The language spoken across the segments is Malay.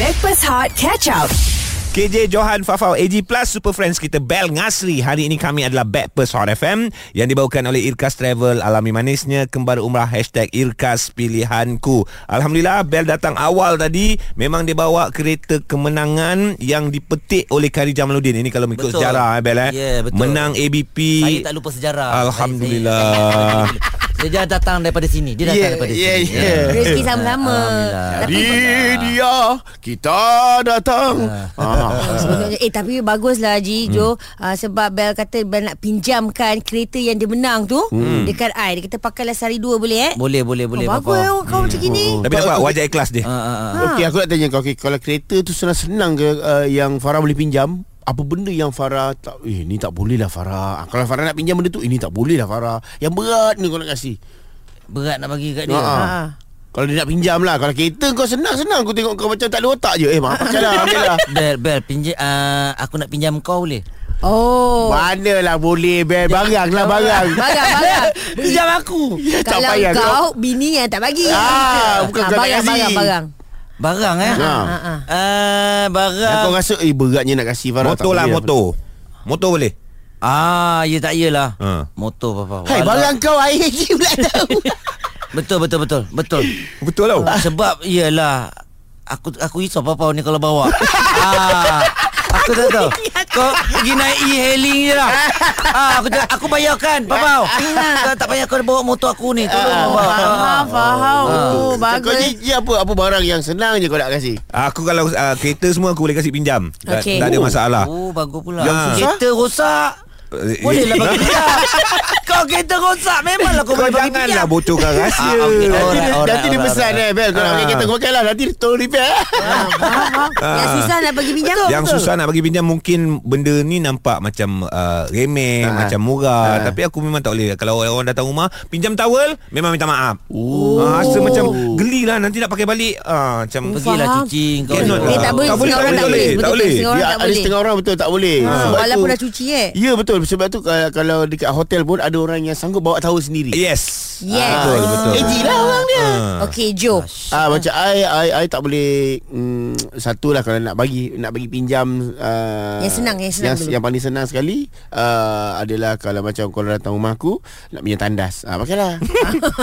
Breakfast Hot Catch Up. KJ Johan Fafau AG Plus Super Friends kita Bel Ngasri Hari ini kami adalah Backpers Hot FM Yang dibawakan oleh Irkas Travel Alami manisnya Kembar Umrah Hashtag Irkas Pilihanku Alhamdulillah Bel datang awal tadi Memang dia bawa kereta kemenangan Yang dipetik oleh Kari Jamaluddin Ini kalau mengikut Betul. sejarah eh, Bel eh Ya, betul. Menang ABP Saya tak lupa sejarah. Alhamdulillah. Saya, saya, saya, saya datang daripada sini. Dia datang Yeah, daripada yeah, sini. Ya. yeah. Rezeki sama-sama. Alhamdulillah. Tapi Di dia kita datang. Ah. sebenarnya eh tapi baguslah Ji Hmm. Jo uh, sebab Bel kata Bel nak pinjamkan kereta yang dia menang tu Hmm. dekat I. Dia kata pakailah sehari dua boleh eh? Boleh, boleh, boleh. oh, bagus eh orang kau macam gini. Hmm, Tapi nampak wajah ikhlas dia Ah, ah, ah. Okey, aku nak tanya kau. Okay, kalau kereta tu senang-senang ke uh, yang Farah boleh pinjam? Apa benda yang Farah tak eh ni tak boleh lah Farah. Ah, kalau Farah nak pinjam benda tu, ini tak boleh lah Farah. Yang berat ni kau nak kasih. Berat nak bagi kat dia. Ha. Ah. Ah. Kalau dia nak pinjam lah Kalau kereta kau senang-senang Aku tengok kau macam tak ada otak je Eh maaf pakai lah Ambil lah Bel, Bel, pinjam, ah, aku nak pinjam kau boleh? Oh. Mana lah boleh Bel Barang lah barang Barang barang. Pinjam aku. Tak Kalau payah kau bini yang tak bagi. Ah, bukan kau tak barang, kasi. barang barang. Barang eh? Ha. Ah, ah. Ah, Yang kau barang. rasa Eh beratnya nak kasih Farah tak Motor lah boleh motor Motor boleh Ah, ya tak yalah. Ah. Motor papa. Ha. Hai Walau- barang kau air je pula tahu Betul, betul, betul. Betul. Betul tau Oh, Sebab iyalah aku aku risau papa ni kalau bawa. ah, aku tak tahu. Kau pergi naik e-hailing je lah. Ah, aku tak- aku bayarkan papa. Kau tak payah kau bawa motor aku ni. Tolong bawa. Ah, Faham, faham. Oh, Ah. Kau bagus. ni ni apa Apa barang yang senang je kau nak kasih Aku kalau uh, kereta semua aku boleh kasih pinjam Tak, Okey. tak ada Oh. masalah Oh, bagus pula. Yang susah? Kereta rosak. Boleh lah bagi dia. Kau kereta rosak memanglah kau Kau boleh bagi janganlah pinjam. bocorkan rahsia Ah, okey. Alright, Nanti dia, alright, nanti dia alright, pesan eh Ah. Bel Kau nak pakai kereta kau pakai lah Nanti tolong repair eh. Ah. Yang susah nak bagi pinjam. Eh, Yang susah nak bagi pinjam Mungkin benda ni nampak macam uh, remeh Ah. Macam murah Tapi aku memang tak boleh Kalau orang datang rumah Pinjam towel Memang minta maaf Oh. Ah, Rasa macam geli lah Nanti nak pakai balik ah, Macam Faham. Pergilah cuci kau. Dia ni. Dia tak boleh Setengah orang tak Tak boleh, tak boleh, boleh Betul tak boleh. tu Setengah orang Ya, tak ada boleh setengah orang betul tak boleh. Ha, Sebab Walaupun tu- dah cuci eh Ya betul Sebab tu kalau, kalau dekat hotel pun Ada orang yang sanggup bawa towel sendiri Ya. Yes Ah, Yes. Betul betul Eh, Edgy lah orang dia Ah. Okey Jo Ah macam I, I I tak boleh mm, satu lah kalau nak bagi nak bagi pinjam uh, Yang senang, yang senang yang, dulu. yang paling senang sekali uh, adalah kalau macam kau datang rumah aku nak pinjam tandas. Ah pakailah.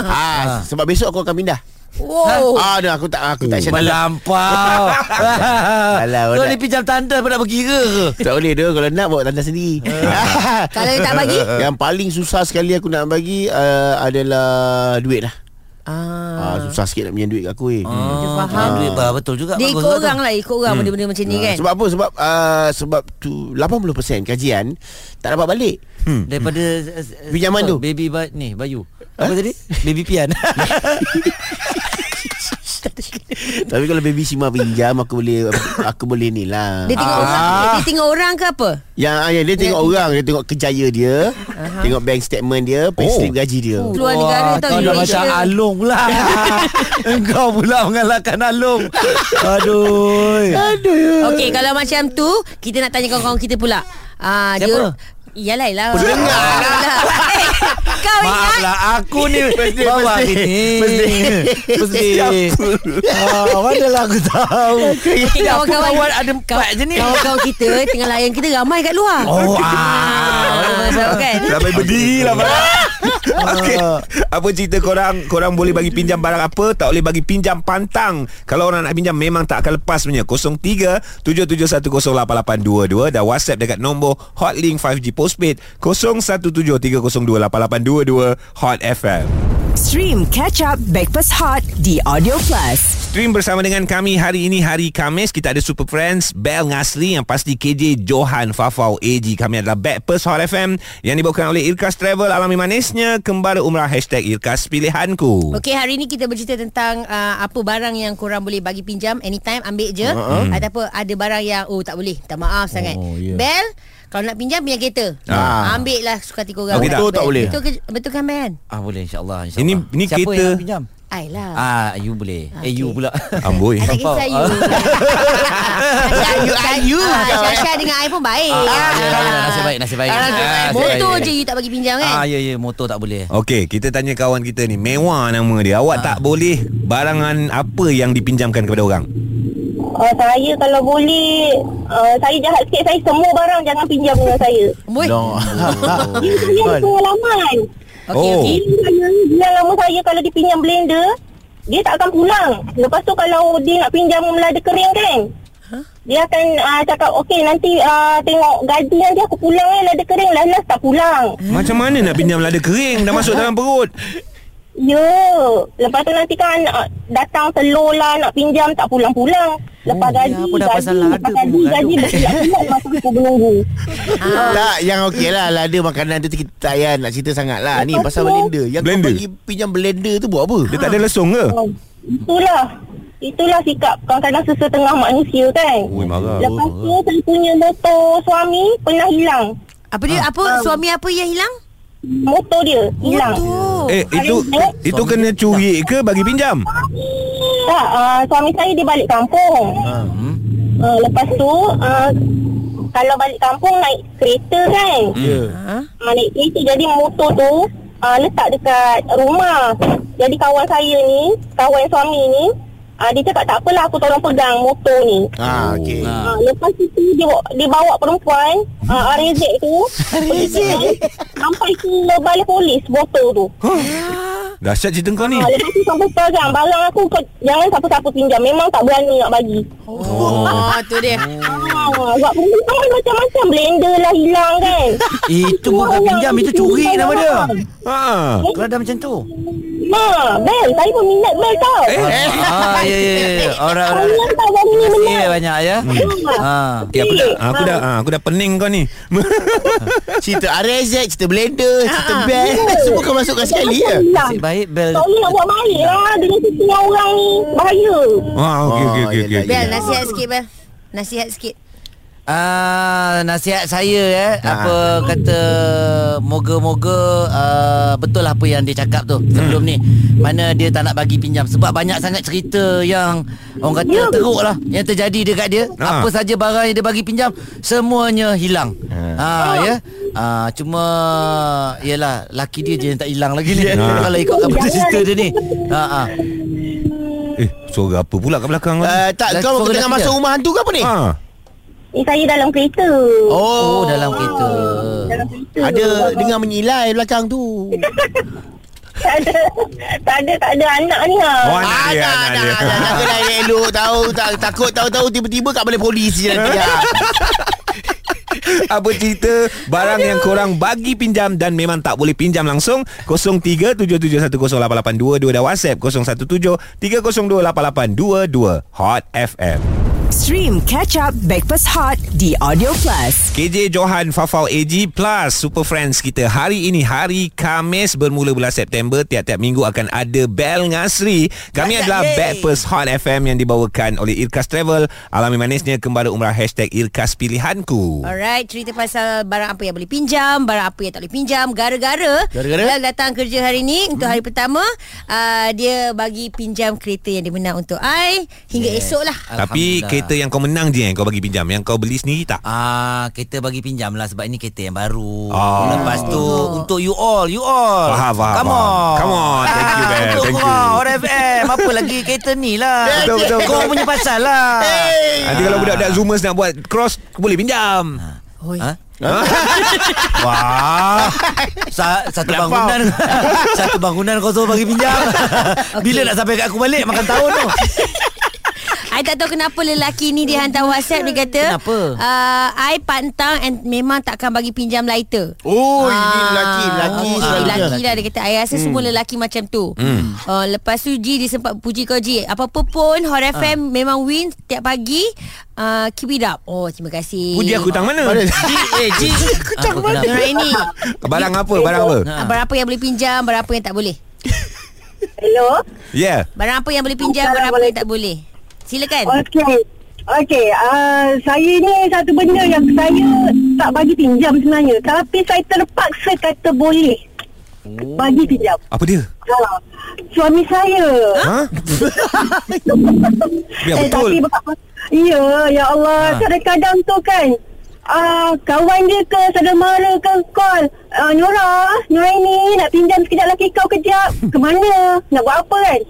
ah sebab besok aku akan pindah. Wow Ah dah aku tak aku Oh, tak syaitan. Melampau Alah, Kau orang- ni pinjam tanda Kau nak berkira ke Tak boleh dia kalau nak bawa tandas sendiri. Eh. Kalau dia tak bagi yang paling susah sekali aku nak bagi uh, adalah duit lah. Ah, Ah susah sikit nak pinjam duit kat aku eh. Dia faham Ah, duit bah, Betul juga Dia bagus ikut juga tu. orang lah Ikut orang benda-benda macam ni kan Ah, Sebab apa? Sebab uh, sebab tu 80% kajian tak dapat balik. Daripada eh, eh, Pinjaman apa? tu. Baby ba- ni Bayu Apa tadi Baby pian Tapi kalau baby Shima pinjam aku boleh aku boleh ni lah. Dia tengok orang Dia tengok orang ke apa Yang ah, ya, dia tengok orang, dia tengok kerjaya dia, tengok bank statement dia, pay Oh. slip gaji dia. Oh. Keluar negara tau, Kau dah Indonesia. macam Alung pula Engkau pula mengalahkan Alung Aduh Okey kalau macam tu Kita nak tanya kawan-kawan kita pula Ah, Siapa? dia Iyalah iyalah Pendengar lah. Eh, Kau Maaf ingat lah Aku ni First day, Bawa first day. ni First day. First day Siapa? Ah, Manalah aku tahu Okey, kawan-kawan- Kawan ada empat je ni Kawan-kawan kita Tengah layan kita Ramai kat luar Oh Ah, ah. Sebab kan Sampai berdiri lah Farah Okey Apa cerita korang Korang boleh bagi pinjam barang apa Tak boleh bagi pinjam pantang Kalau orang nak pinjam Memang tak akan lepas punya 03 77108822 Dan whatsapp dekat nombor Hotlink 5G postpaid 0173028822 Hot FM Stream Catch Up Breakfast Hot di Audio Plus. Stream bersama dengan kami hari ini hari Kamis Kita ada Super Friends Bel Ngasri Yang pasti KJ Johan Fafau AG Kami adalah Backpers Hot FM Yang dibawakan oleh Irkas Travel Alami manisnya Kembali umrah Hashtag Irkas Pilihanku Okey hari ni kita bercerita tentang uh, apa barang yang korang boleh bagi pinjam anytime ambil je uh-huh. ataupun ada barang yang oh tak boleh minta maaf sangat. Oh, yeah. Bel kalau nak pinjam punya kereta. Ah. Ah. Ambil lah suka hati korang. Okey, Kan, tak? Betul tak Bel? boleh? Betul, ke, betul kan Bel? Ah boleh insyaallah insyaallah. Ini- ini Siapa kereta- yang nak pinjam? Ai lah. Ah you boleh. Eh you pula. Amboi Ada Nampak? kisah you Ayu Ayu Syasha dengan I pun baik Ah, ya, ya, ya, nasib baik, nasib baik. Ah, nasib Ah, baik. nasib Motor baik. je you tak bagi pinjam Ah kan ya ya motor tak boleh. Okey, kita tanya kawan kita Ah. ni Mewah nama dia Awak tak boleh barangan apa yang dipinjamkan kepada orang Uh, saya kalau boleh uh, Saya jahat sikit Saya semua barang Jangan pinjam dengan saya Boy. No. Dia saya Kan? ada pengalaman Okey, Oh. okey. Dia saya Dia lama saya Kalau dipinjam blender Dia tak akan pulang Lepas tu kalau Dia nak pinjam melada kering kan Dia akan uh, cakap Okey nanti uh, Tengok gaji nanti Aku pulang eh Lada kering Last-last tak pulang Oh, Macam mana nak pinjam lada kering Dah masuk dalam perut Ya Lepas tu nanti kan uh, Datang telur lah Nak pinjam Tak pulang-pulang Oh, Lepas gaji ya, apa dah gaji, pasal lada Lepas pun gaji Gaji mengandung. berpilak-pilak Masa aku menunggu Ah. Tak yang okey lah Lada makanan tu Kita tak payah nak cerita sangat lah Ni Lepas pasal tu- blender Yang kau Blender? bagi pinjam blender tu buat apa Ah, Dia tak ada lesung ke Oh, Itulah Itulah sikap Kadang-kadang sesetengah manusia kan Ui Ya. marah Lepas tu Saya punya motor suami Pernah hilang Apa Ah. dia apa suami apa yang hilang? Motor dia Hilang Motor. Eh itu Itu kena curi ke Bagi pinjam Tak uh, Suami saya dia balik kampung Ah. Hmm. uh, Lepas tu uh, Kalau balik kampung Naik kereta kan Ha? Ah, naik kereta jadi motor tu ah, letak dekat rumah. Jadi kawan saya ni, kawan suami ni, ah, dia cakap tak apalah aku tolong pegang motor ni. Ah, okey. Ha. Ah, lepas itu dia bawa, dia bawa perempuan Hmm. ah, RZ tu pergi jalan, sampai ke balai polis botol tu. Dahsyat cerita kau ni Ah, lepas tu sampai pegang barang aku kau, jangan siapa-siapa pinjam. Memang tak berani nak bagi. Oh. oh, tu dia. Ah, buat perempuan macam-macam blender lah hilang kan. Itu bukan pinjam Itu curi nama dia Ha. Kalau dah macam tu Ma, Bel, saya pun minat Bel tau. Ah, ya, ya, ya, ya. Alright, alright. Banyak tak kali ni Terima benar. kasih banyak ya. Ah. Eh, aku dah aku dah ah, aku dah pening kau ni. Cerita RZ Cerita Ah, blender Cerita band Semua kau masukkan sekali ya Nasib baik bel. Tak boleh nak buat baik lah Dengan situ dengan orang ni Bahaya Oh. ah okey okey okey okey. Bel nasihat sikit Bel. Nasihat sikit. Ah, nasihat saya eh apa kata moga-moga ah, betul lah apa yang dia cakap tu sebelum ni. Mana dia tak nak bagi pinjam sebab banyak sangat cerita yang orang kata teruk lah yang terjadi dekat dia. Ah. Apa saja barang yang dia bagi pinjam semuanya hilang. Ah ya. Ah cuma yalah laki dia je yang tak hilang lagi ni. Kalau ikutkan kata cerita dia ni. Ha ah. Eh, suara apa pula kat belakang kau? ni? Uh, tak Dah kau suara tengah lelaki masuk dah? Ah. rumah hantu ke apa ni? Ha. Ni saya dalam kereta Oh, dalam kereta. Dalam kereta Ada dengar menyilai belakang tu. Tak ada Tak ada Tak ada anak ni ha Oh, anak dia, anak dah, dah, dia. dah, Jaga dah elok-elok tahu tak takut tahu-tahu tiba-tiba kat balai polis je nanti. ah. Apa cerita barang yang korang bagi pinjam dan memang tak boleh pinjam langsung 0377108822 dan WhatsApp 0173028822 Hot FM. Stream Catch Up Breakfast Hot di Audio Plus. KJ Johan Fafau AG Plus Super Friends kita hari ini hari Kamis bermula bulan September tiap-tiap minggu akan ada Bel Ngasri kami adalah Backpers Hot FM yang dibawakan oleh Irkas Travel alami manisnya kembali umrah hashtag Irkas Pilihanku Alright, cerita pasal barang apa yang boleh pinjam, barang apa yang tak boleh pinjam. Gara-gara, Gara-gara? Bilal datang kerja hari ni untuk hari pertama, uh, dia bagi pinjam kereta yang dia menang untuk I hingga yes. esok lah. tapi Alhamdulillah. kereta yang kau menang je yang kau bagi pinjam yang kau beli sendiri tak Ah, kereta bagi pinjam lah sebab ini kereta yang baru. Ah. Ah. Lepas tu untuk you all, you all. Faham, faham, Come faham. on. Come on. Thank you, Ben. Untuk Thank you. korang, Orang FM. Apa lagi kereta ni lah. Betul, betul, betul. Kau punya pasal lah. nanti kalau budak-budak Zoomers nak buat cross boleh pinjam Hoi. Ha? Huh? Wah. Ah. Sa- satu Berapa? bangunan. satu bangunan kau suruh bagi pinjam. Bila nak sampai kat aku balik makan tahun tu. I tak tahu kenapa lelaki ni dia hantar WhatsApp dia kata Kenapa? Uh, I pantang and memang takkan bagi pinjam lighter. Oh, ini Ah, lelaki, lelaki Oh, okey, selalunya. Lelaki lah dia kata I rasa hmm. semua lelaki macam tu hmm. uh, Lepas tu G Dia sempat puji kau G Apa-apa pun Hot FM memang win Tiap pagi uh, Keep it up Oh terima kasih puji aku tang mana Mana? Eh, Ji. Aku kenal. Nuraini barang apa barang apa ah, Barang apa yang boleh pinjam Barang apa yang tak boleh Hello yeah Barang apa yang boleh pinjam Barang apa yang tak boleh Silakan Okey Okey uh, Saya ni satu benda yang saya Tak bagi pinjam sebenarnya Tapi saya terpaksa kata boleh Oh. Bagi pinjam apa dia ha. Suami saya ha biar betul Eh, tapi bapa- Ya Ya Allah Kadang-kadang tu kan Ah, kawan dia ke saudara mara ke call ah, Nora Nora ni nak pinjam sekejap lagi kau kejap ke mana nak buat apa kan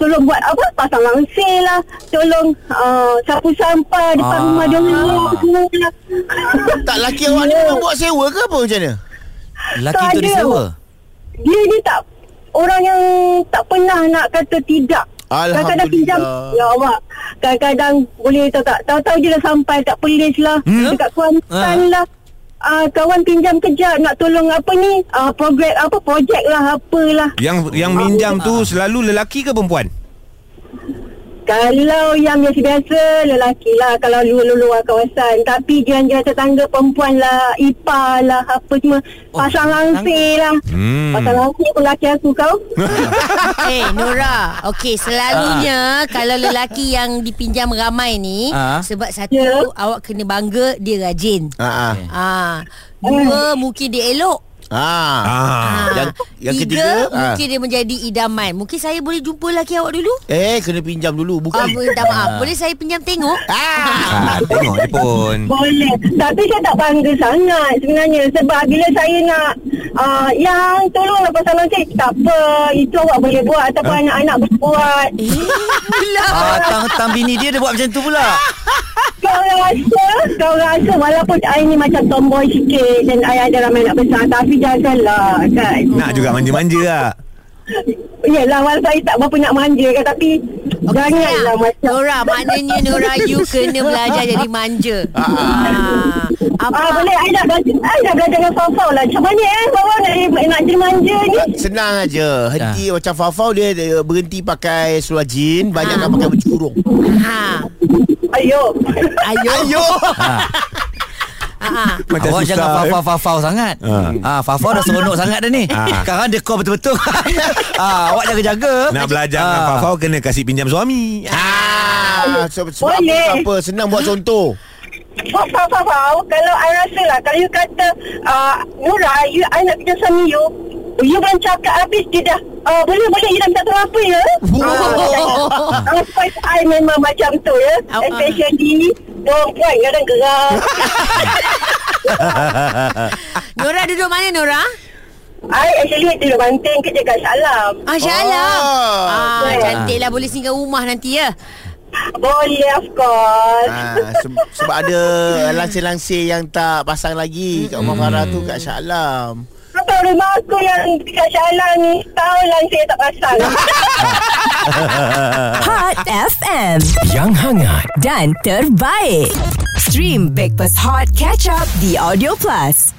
Tolong buat apa Pasang langsir lah Tolong uh, Sapu sampah Depan Ah. rumah dia orang Semua lah Tak laki awak ni memang buat sewa ke apa macam mana? Lelaki Tak tu ada. disewa Dia ni tak Orang yang Tak pernah nak kata tidak Kadang-kadang pinjam Alhamdulillah. Ya Allah Kadang-kadang Boleh tahu tak Tahu-tahu je dah sampai Kat Perlis lah Hmm? hmm? Dekat Kuantan Ah. lah uh, Kawan pinjam kejap Nak tolong apa ni uh, Projek apa Projek lah Apalah Yang yang minjam tu selalu lelaki ke perempuan? Kalau yang biasa-biasa Lelaki lah Kalau luar-luar kawasan Tapi jiran-jiran tetangga Perempuan lah Ipar lah Apa semua Oh, Pasang langsir lah Hmm. Pasang langsir pun laki aku kau Eh Nora Okey selalunya Kalau lelaki yang dipinjam ramai ni Ah. Sebab satu Ya. Awak kena bangga Dia rajin Ha ah. ah. Dua mungkin dia elok Ha. Ah. Ah. Ah, Yang- yang ketiga, tiga, ah. Mungkin dia menjadi idaman Mungkin saya boleh jumpa lelaki awak dulu Eh kena pinjam dulu Ah, bukan. minta maaf Boleh saya pinjam tengok Ah, Ah. tengok dia pun. Boleh Tapi saya tak bangga sangat Sebenarnya Sebab bila saya nak uh, Yang tolonglah pasang langsir Tak apa Itu awak boleh buat Ataupun anak-anak boleh buat Ah, tang, tang bini dia dia buat macam tu pula Kau rasa Kau rasa Walaupun I ni macam tomboy sikit Dan I ada ramai anak besar Tapi janganlah kan Nak juga manja-manja lah. Yelah walaupun saya tak berapa nak manja kan Tapi Janganlah Sayang, macam Nora maknanya Nora you kena belajar jadi manja ah. Apa Ah, boleh, I dah belajar, I dah belajar dengan Fafau lah. Macam mana eh, Fafau nak, nak jadi manja ni? Senang aja. Henti Ah. macam Fafau dia, dia berhenti pakai sulajin, Ah. banyakkan pakai baju kurung. ha. Ayuh. Ayo Ayo. ah. Macam Awak susah, jangan eh. fafau-fafau sangat ah. Fafau dah seronok sangat dah ni Ah. Sekarang dia call betul-betul ah, Awak jaga-jaga Nak belajar dengan Ah. Fafau kena kasih pinjam suami. Ah, so, sebab apa, Boleh. tak apa, senang buat contoh. Fau, fau, fau, fau. Kalau I rasa lah, kalau you kata, uh, Nura, you, I nak kerja sama you, you belum cakap habis, dia dah, uh, boleh, boleh, you dah minta tolong apa ya? Ah, uh, Spice I memang macam tu ya. Ah, ah. Especially, perempuan kadang gerak. Nora duduk mana Nora? Oh. I actually duduk banting kerja kat Salam. Ah, Syalam Oh. ah, Betul. Cantik lah boleh singgah rumah nanti ya Boleh, of course. Ah, se- sebab ada langsir-langsir yang tak pasang lagi kat rumah Farah tu kat Shah Alam. Atau rumah aku yang kat Salam ni, tahun lah saya tak pasang. Hot FM Yang hangat dan terbaik. Stream Breakfast Hot Catch Up The Audio Plus.